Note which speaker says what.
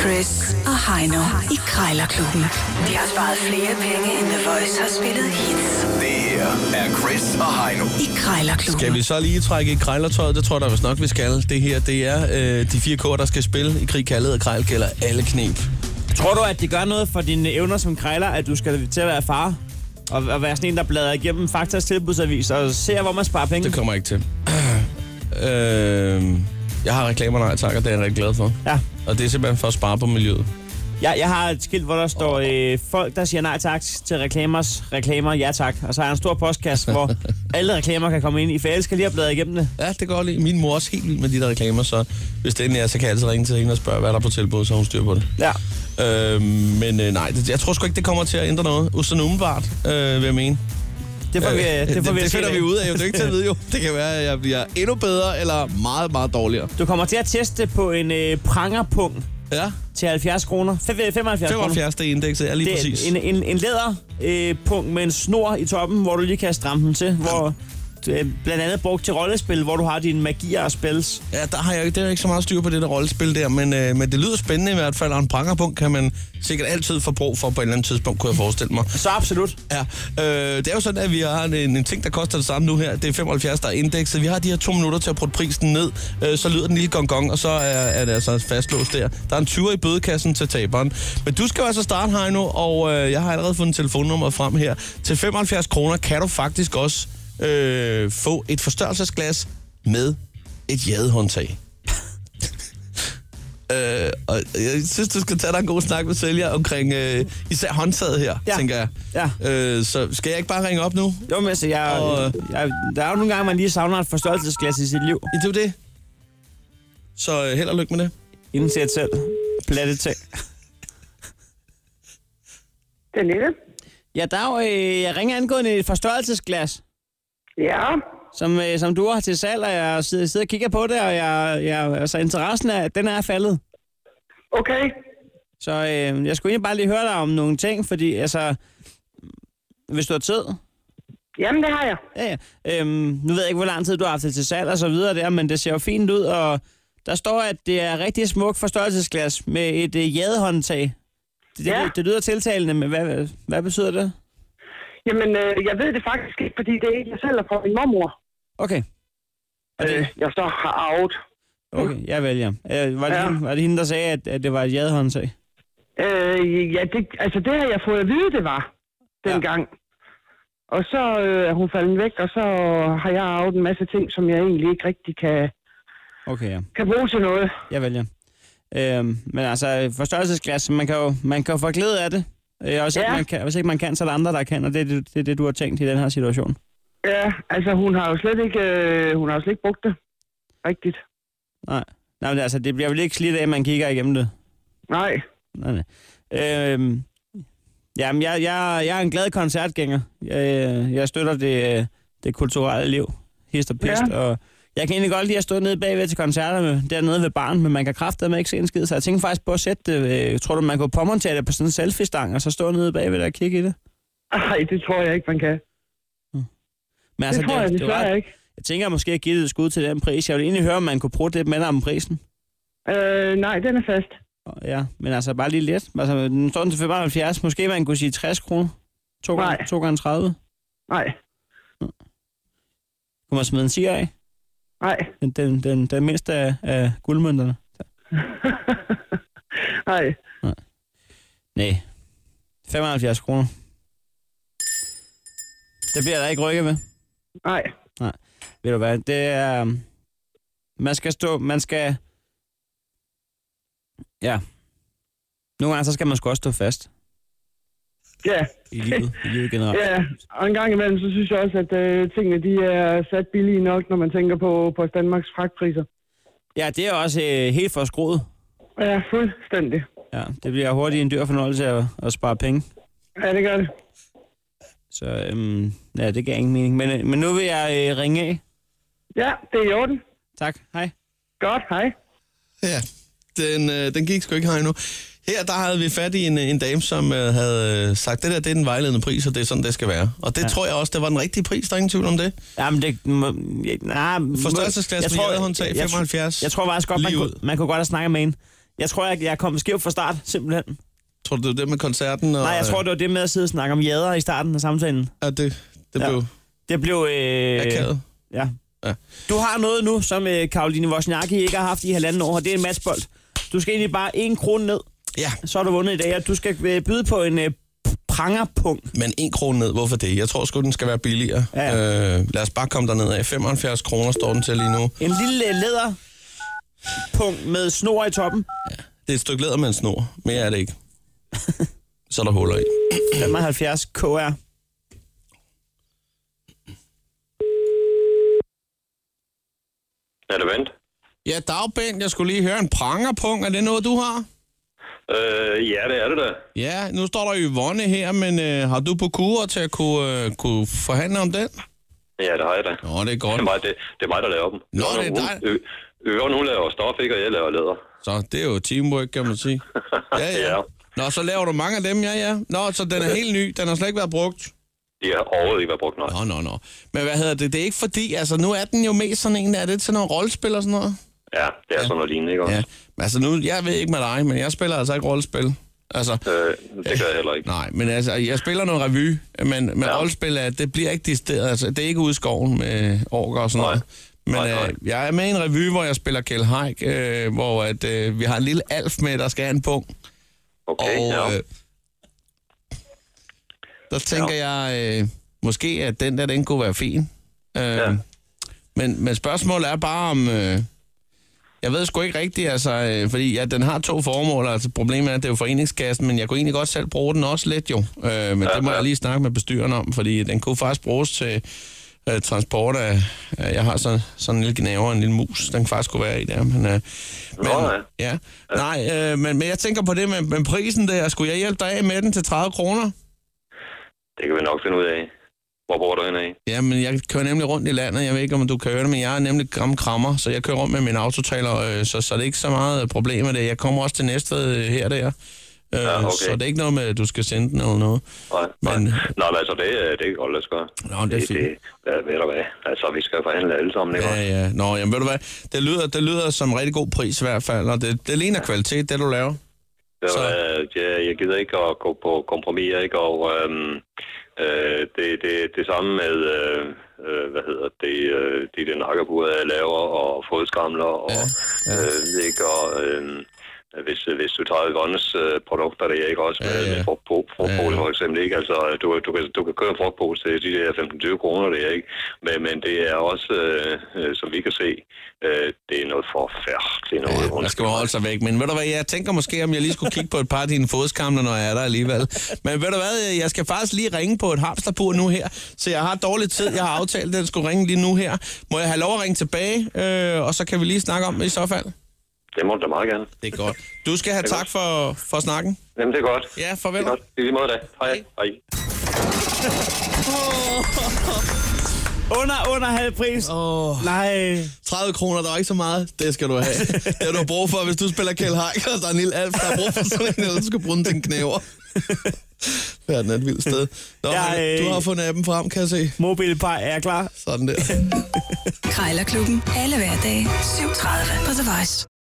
Speaker 1: Chris og Heino i Krejlerklubben. De har sparet flere penge, end The Voice har spillet hits
Speaker 2: Det her er Chris og Heino.
Speaker 1: i Krejlerklubben.
Speaker 3: Skal vi så lige trække i krejlertøjet? Det tror jeg da vist nok, vi skal. Det her, det er øh, de fire kår, der skal spille i krig, kærlighed og krejl, gælder alle knep.
Speaker 4: Tror du, at det gør noget for dine evner som krejler, at du skal til at være far? Og, og være sådan en, der bladrer igennem Faktas tilbudsavis og ser, hvor man sparer penge?
Speaker 3: Det kommer jeg ikke til. øh, jeg har reklamer, nej tak, og det er jeg rigtig glad for.
Speaker 4: Ja.
Speaker 3: Og det er simpelthen for at spare på miljøet.
Speaker 4: Jeg, jeg har et skilt, hvor der står øh, folk, der siger nej tak til reklamers reklamer, ja tak. Og så har jeg en stor postkasse, hvor alle reklamer kan komme ind i, for jeg elsker lige at bladre igennem det.
Speaker 3: Ja, det går lige. Min mor er også helt vild med de der reklamer, så hvis det endelig er, så kan jeg altid ringe til hende og spørge, hvad der er på tilbud, så har hun styr på det.
Speaker 4: Ja.
Speaker 3: Øh, men øh, nej, det, jeg tror sgu ikke, det kommer til at ændre noget. Usen umiddelbart, øh, vil jeg mene.
Speaker 4: Det får vi,
Speaker 3: Øh,
Speaker 4: det får vi at
Speaker 3: det
Speaker 4: se
Speaker 3: finder
Speaker 4: af.
Speaker 3: vi ud af. Jo. Det er ikke til at vide, jo. Det kan være, at jeg bliver endnu bedre eller meget, meget dårligere.
Speaker 4: Du kommer til at teste på en øh, prangerpung
Speaker 3: Ja,
Speaker 4: til 70 kroner. øh, Fe- fe- 75 kroner.
Speaker 3: 75 det er indekset, er lige det, præcis.
Speaker 4: Det er en, en, en læderpung øh, punkt med en snor i toppen, hvor du lige kan stramme den til. Hvor, øh, blandt andet brugt til rollespil, hvor du har dine magier og spells.
Speaker 3: Ja, der har jeg ikke, det er ikke så meget styr på det der rollespil der, men, øh, men det lyder spændende i hvert fald, og en prangerpunkt kan man sikkert altid få brug for på et eller andet tidspunkt, kunne jeg forestille mig.
Speaker 4: Så absolut.
Speaker 3: Ja, øh, det er jo sådan, at vi har en, en ting, der koster det samme nu her. Det er 75, der er indekset. Vi har de her to minutter til at putte prisen ned. Øh, så lyder den lille gong, gong og så er, er det altså fastlåst der. Der er en 20 i bødekassen til taberen. Men du skal jo altså starte, Heino, og øh, jeg har allerede fundet telefonnummeret frem her. Til 75 kroner kan du faktisk også øh, få et forstørrelsesglas med et jadehåndtag. Øh, og jeg synes, du skal tage dig en god snak med sælger omkring øh, især håndtaget her,
Speaker 4: Ja.
Speaker 3: tænker jeg.
Speaker 4: Ja.
Speaker 3: Øh, så skal jeg ikke bare ringe op nu?
Speaker 4: Jo, men altså, jeg,
Speaker 3: Og-
Speaker 4: jeg, der er jo nogle gange, man lige savner et forstørrelsesglas i sit liv,
Speaker 3: Ja, Det er jo det. Så øh, held og lykke med det.
Speaker 4: inden til et selv. Platte ting.
Speaker 5: Pernille?
Speaker 4: Ja, der er jo, øh, jeg ringer angående et forstørrelsesglas,
Speaker 5: Ja,
Speaker 4: som, øh, som du har til salg, og jeg sidder, sidder og kigger på det, og jeg, jeg, altså, interessen er, den er faldet.
Speaker 5: okay.
Speaker 4: Så øh, jeg skulle egentlig bare lige høre dig om nogle ting, fordi altså, hvis du har tid.
Speaker 5: Jamen, det har jeg.
Speaker 4: Ja, ja. Øhm, nu ved jeg ikke, hvor lang tid du har haft det til salg og så videre der, men det ser jo fint ud, og der står, at det er rigtig smukt forstørrelsesglas med et øh, jadehåndtag. Det, det,
Speaker 5: Ja.
Speaker 4: det lyder tiltalende, men hvad, hvad betyder det?
Speaker 5: Jamen, øh, jeg ved det faktisk ikke, fordi det er ikke jeg selv, der får min mormor,
Speaker 4: Okay, Og det-
Speaker 5: øh, jeg så har arvet.
Speaker 4: okay, jeg vælger. Øh, var, det
Speaker 5: Ja.
Speaker 4: hende, var det hende, der sagde, at, at det var et jadehåndtag?
Speaker 5: Øh, ja, det, altså, det har jeg fået at vide, det var dengang. Og så øh, er hun faldet væk, og så har jeg arvet en masse ting, som jeg egentlig ikke rigtig kan,
Speaker 4: Okay, ja.
Speaker 5: kan bruge til noget.
Speaker 4: Jeg vælger. Øhm, men altså, forstørrelsesglas, man kan jo, man kan jo få glæde af det. Øh, og hvis, ja. ikke
Speaker 5: Ja.
Speaker 4: man kan, hvis ikke man kan, så er der andre, der kan, og det er det, det, er det du har tænkt i den her situation.
Speaker 5: Ja, altså, hun har jo slet ikke, øh, hun har jo slet ikke brugt det rigtigt.
Speaker 4: Nej. Nej, men altså, det bliver vel ikke slidt af, at man kigger igennem det.
Speaker 5: Nej,
Speaker 4: Nej, nej. Øhm, jamen, jeg, jeg, jeg er en glad koncertgænger. Jeg, øh, jeg støtter det, øh, det kulturelle liv. Hist og pist. Ja.
Speaker 5: Ja.
Speaker 4: Og jeg kan egentlig godt lide at stå nede bagved til koncerterne, dernede ved barn, men man kan kraftedeme ikke se en skid. Så jeg tænker faktisk på at sætte det. Øh, tror du, man kunne påmontere det på sådan en selfie-stang, og så stå nede bagved der og kigge i det?
Speaker 5: Ej, det tror jeg ikke, man kan.
Speaker 4: Men
Speaker 5: Altså, det tror det, jeg
Speaker 4: det,
Speaker 5: desværre
Speaker 4: var,
Speaker 5: ikke.
Speaker 4: jeg tænker måske at give det et skud til den pris. Jeg vil egentlig høre, om man kunne bruge det med om prisen.
Speaker 5: Øh, nej, den er fast.
Speaker 4: Ja, men altså bare lige lidt. Altså, den står den til 75. Måske man kunne sige 60 kroner. 2 gange,
Speaker 5: Nej.
Speaker 4: 2 gange 30.
Speaker 5: Nej,
Speaker 4: Kunne man smide en siger af?
Speaker 5: nej.
Speaker 4: Den, den, den, den mindste af, af guldmønterne.
Speaker 5: Nej.
Speaker 4: Nej. 75 kroner. Det bliver der ikke rykket ved.
Speaker 5: Nej.
Speaker 4: Ved du hvad, det er... øhm, Man skal stå... Man skal... Ja. Nogle gange, så skal man sgu også stå fast
Speaker 5: Ja,
Speaker 4: i livet, i livet generelt.
Speaker 5: ja. Og en gang imellem, så synes jeg også, at øh, tingene de er sat billige nok, når man tænker på, på Danmarks fragtpriser.
Speaker 4: Ja, det er også øh, helt for skruet.
Speaker 5: Ja, fuldstændig.
Speaker 4: Ja, det bliver hurtigt en dyr fornøjelse at, at spare penge.
Speaker 5: Ja, det gør det.
Speaker 4: Så øhm, ja, det gav ingen mening. Men, øh, men nu vil jeg øh, ringe af.
Speaker 5: Ja, det er i orden.
Speaker 4: Tak, hej.
Speaker 5: Godt, hej.
Speaker 3: Ja, den, øh, den gik sgu ikke her endnu. Her der havde vi fat i en, øh, en dame, som øh, havde øh, sagt, det der det er den vejledende pris, og det er sådan, det skal være. Og det ja. tror jeg også, det var den rigtige pris, der er ingen tvivl om det.
Speaker 4: Jamen, det... Må, ja, nej, må-
Speaker 3: Forstørrelsesglas
Speaker 4: jeg
Speaker 3: med
Speaker 4: tror-
Speaker 3: jadehåndtag,
Speaker 4: jeg- jeg tror-
Speaker 3: 75.
Speaker 4: Jeg tror faktisk godt, man
Speaker 3: Lige
Speaker 4: kunne,
Speaker 3: ud.
Speaker 4: man kunne godt have snakket med en. Jeg tror, jeg, jeg kom skævt fra start, simpelthen.
Speaker 3: Tror du, det var det med koncerten? Og, øh,
Speaker 4: Nej, jeg tror, det var det med at sidde og snakke om jæder i starten af samtalen.
Speaker 3: at det, det
Speaker 4: Ja.
Speaker 3: blev
Speaker 4: Det blev... Øh,
Speaker 3: akavet.
Speaker 4: Ja.
Speaker 3: Ja.
Speaker 4: Du har noget nu, som øh, Karoline Wozniacki ikke har haft i halvanden år, og det er en matchbold. Du skal egentlig bare en krone ned,
Speaker 3: Ja,
Speaker 4: så har du vundet i dag, og du skal øh, byde på en øh, prangerpunkt.
Speaker 3: men en krone ned, hvorfor det? Jeg tror sgu, den skal være billigere.
Speaker 4: Ja, ja.
Speaker 3: Øh, lad os bare komme derned af. 75 kroner står den til lige nu.
Speaker 4: En lille øh, læderpunkt med snor i toppen.
Speaker 3: Det er et stykke læder med en snor. Mere er det ikke. Så er der huller i.
Speaker 4: 75 KR.
Speaker 6: Er det vent?
Speaker 3: Ja, Dagbent, jeg skulle lige høre en prangerpung. Er det noget, du har?
Speaker 6: Øh, ja, det er det da.
Speaker 3: Ja, nu står der Yvonne her, men øh, har du på kur til at kunne, øh, kunne forhandle om den?
Speaker 6: Ja, det har jeg da.
Speaker 3: Nå, det er
Speaker 6: Det
Speaker 3: godt.
Speaker 6: er mig, det, det er mig der laver dem.
Speaker 3: Nå, det er dig.
Speaker 6: Øveren, hun laver stof, ikke? Og jeg laver læder.
Speaker 3: Så det er jo teamwork, kan man sige. Ja, ja.
Speaker 6: Ja.
Speaker 3: Nå, så laver du mange af dem, ja, ja. Nå, så den er helt ny. Den har slet ikke været brugt.
Speaker 6: De har overhovedet ikke været brugt, nej.
Speaker 3: Nå, nå, nå. Men hvad hedder det? Det er ikke fordi, altså nu er den jo mest sådan en, er det til noget rollespil og sådan noget?
Speaker 6: Ja, det er sådan noget lignende, ikke?
Speaker 3: Ja. Men altså nu, jeg ved ikke med dig, men jeg spiller altså ikke rollespil. Altså,
Speaker 6: Øh, det gør jeg heller ikke.
Speaker 3: nej, men altså, jeg spiller noget revy, men, men ja.
Speaker 6: Ja.
Speaker 3: rollespil, er, det bliver ikke distilleret, altså, det er ikke ude i skoven med orker og sådan
Speaker 6: Nej.
Speaker 3: noget. Men
Speaker 6: Nej, nej.
Speaker 3: øh, jeg er med i en revy, hvor jeg spiller Kjell Haik, øh, hvor at, øh, vi har en lille alf med, der skal have en punkt.
Speaker 6: Okay,
Speaker 3: og
Speaker 6: ja.
Speaker 3: øh, der tænker jeg, øh, måske at den der, den kunne være fin. Øh, ja.
Speaker 6: Ja.
Speaker 3: men, men spørgsmålet er bare om... Øh, jeg ved sgu ikke rigtigt, altså, øh, fordi ja, den har to formål. Altså, problemet er, at det er jo foreningskassen, men jeg kunne egentlig godt selv bruge den også lidt jo. Øh, men ja, det må ja. jeg lige snakke med bestyren om, fordi den kunne faktisk bruges til øh, transport af... Øh, jeg har sådan, sådan en lille gnaver og en lille mus, den faktisk kunne være i der. Men, øh, men,
Speaker 6: Nå, ja.
Speaker 3: ja. Nej, øh, men, men jeg tænker på det med, med prisen der. Skulle jeg hjælpe dig af med den til 30 kroner?
Speaker 6: Det kan vi nok finde ud af. Hvor bor du henne af?
Speaker 3: Jamen, jeg kører nemlig rundt i landet. Jeg ved ikke, om du kører det, men jeg er nemlig gammel krammer, så jeg kører rundt med min autotaler, øh, så, så det er ikke så meget øh, problem med det. Jeg kommer også til næste øh, her der. Øh,
Speaker 6: Ja, okay.
Speaker 3: Så det er ikke noget med, at du skal sende den eller noget.
Speaker 6: Nej, nej.
Speaker 3: Men-
Speaker 6: Nå, men altså, det, øh, det kan godt lade sig gøre.
Speaker 3: Nå, det er fint.
Speaker 6: Det, ja, ved du hvad? Altså, vi skal forhandle alle sammen, ikke?
Speaker 3: Ja, ja. Nå, jamen ved du hvad, det lyder, det lyder som en rigtig god pris i hvert fald, og det, det ligner kvalitet, det du laver.
Speaker 6: Det
Speaker 3: Så-
Speaker 6: var, øh, jeg, jeg gider ikke at gå på kompromis, ikke? Og øhm, øh, det, det, det samme med, øh, øh, hvad hedder det, øh, de der nakkerbuer, jeg laver, og fodskramler, og, ja, ja. Øh, ikke? Og, øh, hvis, hvis du tager Yvonnes øh, produkter, det er ikke også med,
Speaker 3: Ja,
Speaker 6: ja,
Speaker 3: ja.
Speaker 6: ja. med frugt- frugtpose for eksempel, ikke? Altså, du, du, kan, du kan købe en frugtpose til de der 15-20 kroner, det er ikke? Men, men det er også, øh, øh, som vi kan se, øh, det er noget forfærdeligt noget.
Speaker 3: Ja, man skal jo holde sig væk. Men ved du hvad, jeg tænker måske, om jeg lige skulle kigge på et par af dine fodskamler, når jeg er der alligevel. Men ved du hvad, jeg skal faktisk lige ringe på et hamsterbur nu her, så jeg har dårlig tid. Jeg har aftalt, at den skulle ringe lige nu her. Må jeg have lov at ringe tilbage, øh, og så kan vi lige snakke om det i så fald?
Speaker 6: Det må du da meget gerne.
Speaker 3: Det er godt. Du skal have tak for, for snakken.
Speaker 6: Jamen, det er godt.
Speaker 3: Ja,
Speaker 6: Det
Speaker 3: farvel.
Speaker 6: er godt. I lige måde da. Hej. Hej.
Speaker 4: Under, under halv pris. Oh. Nej.
Speaker 3: 30 kroner, der er ikke så meget. Det skal du have. Det har du brug for, hvis du spiller Kjell Haik, og der er en lille alf, der har brug for sådan en, eller du skal bruge den til en knæver. Verden er et vildt sted. Nå,
Speaker 4: Jeg, øh,
Speaker 3: du har fundet appen frem, kan jeg se.
Speaker 4: Mobilpej, er jeg klar?
Speaker 3: Sådan der.
Speaker 1: Krejlerklubben. Alle hverdage. 7.30 på The Voice.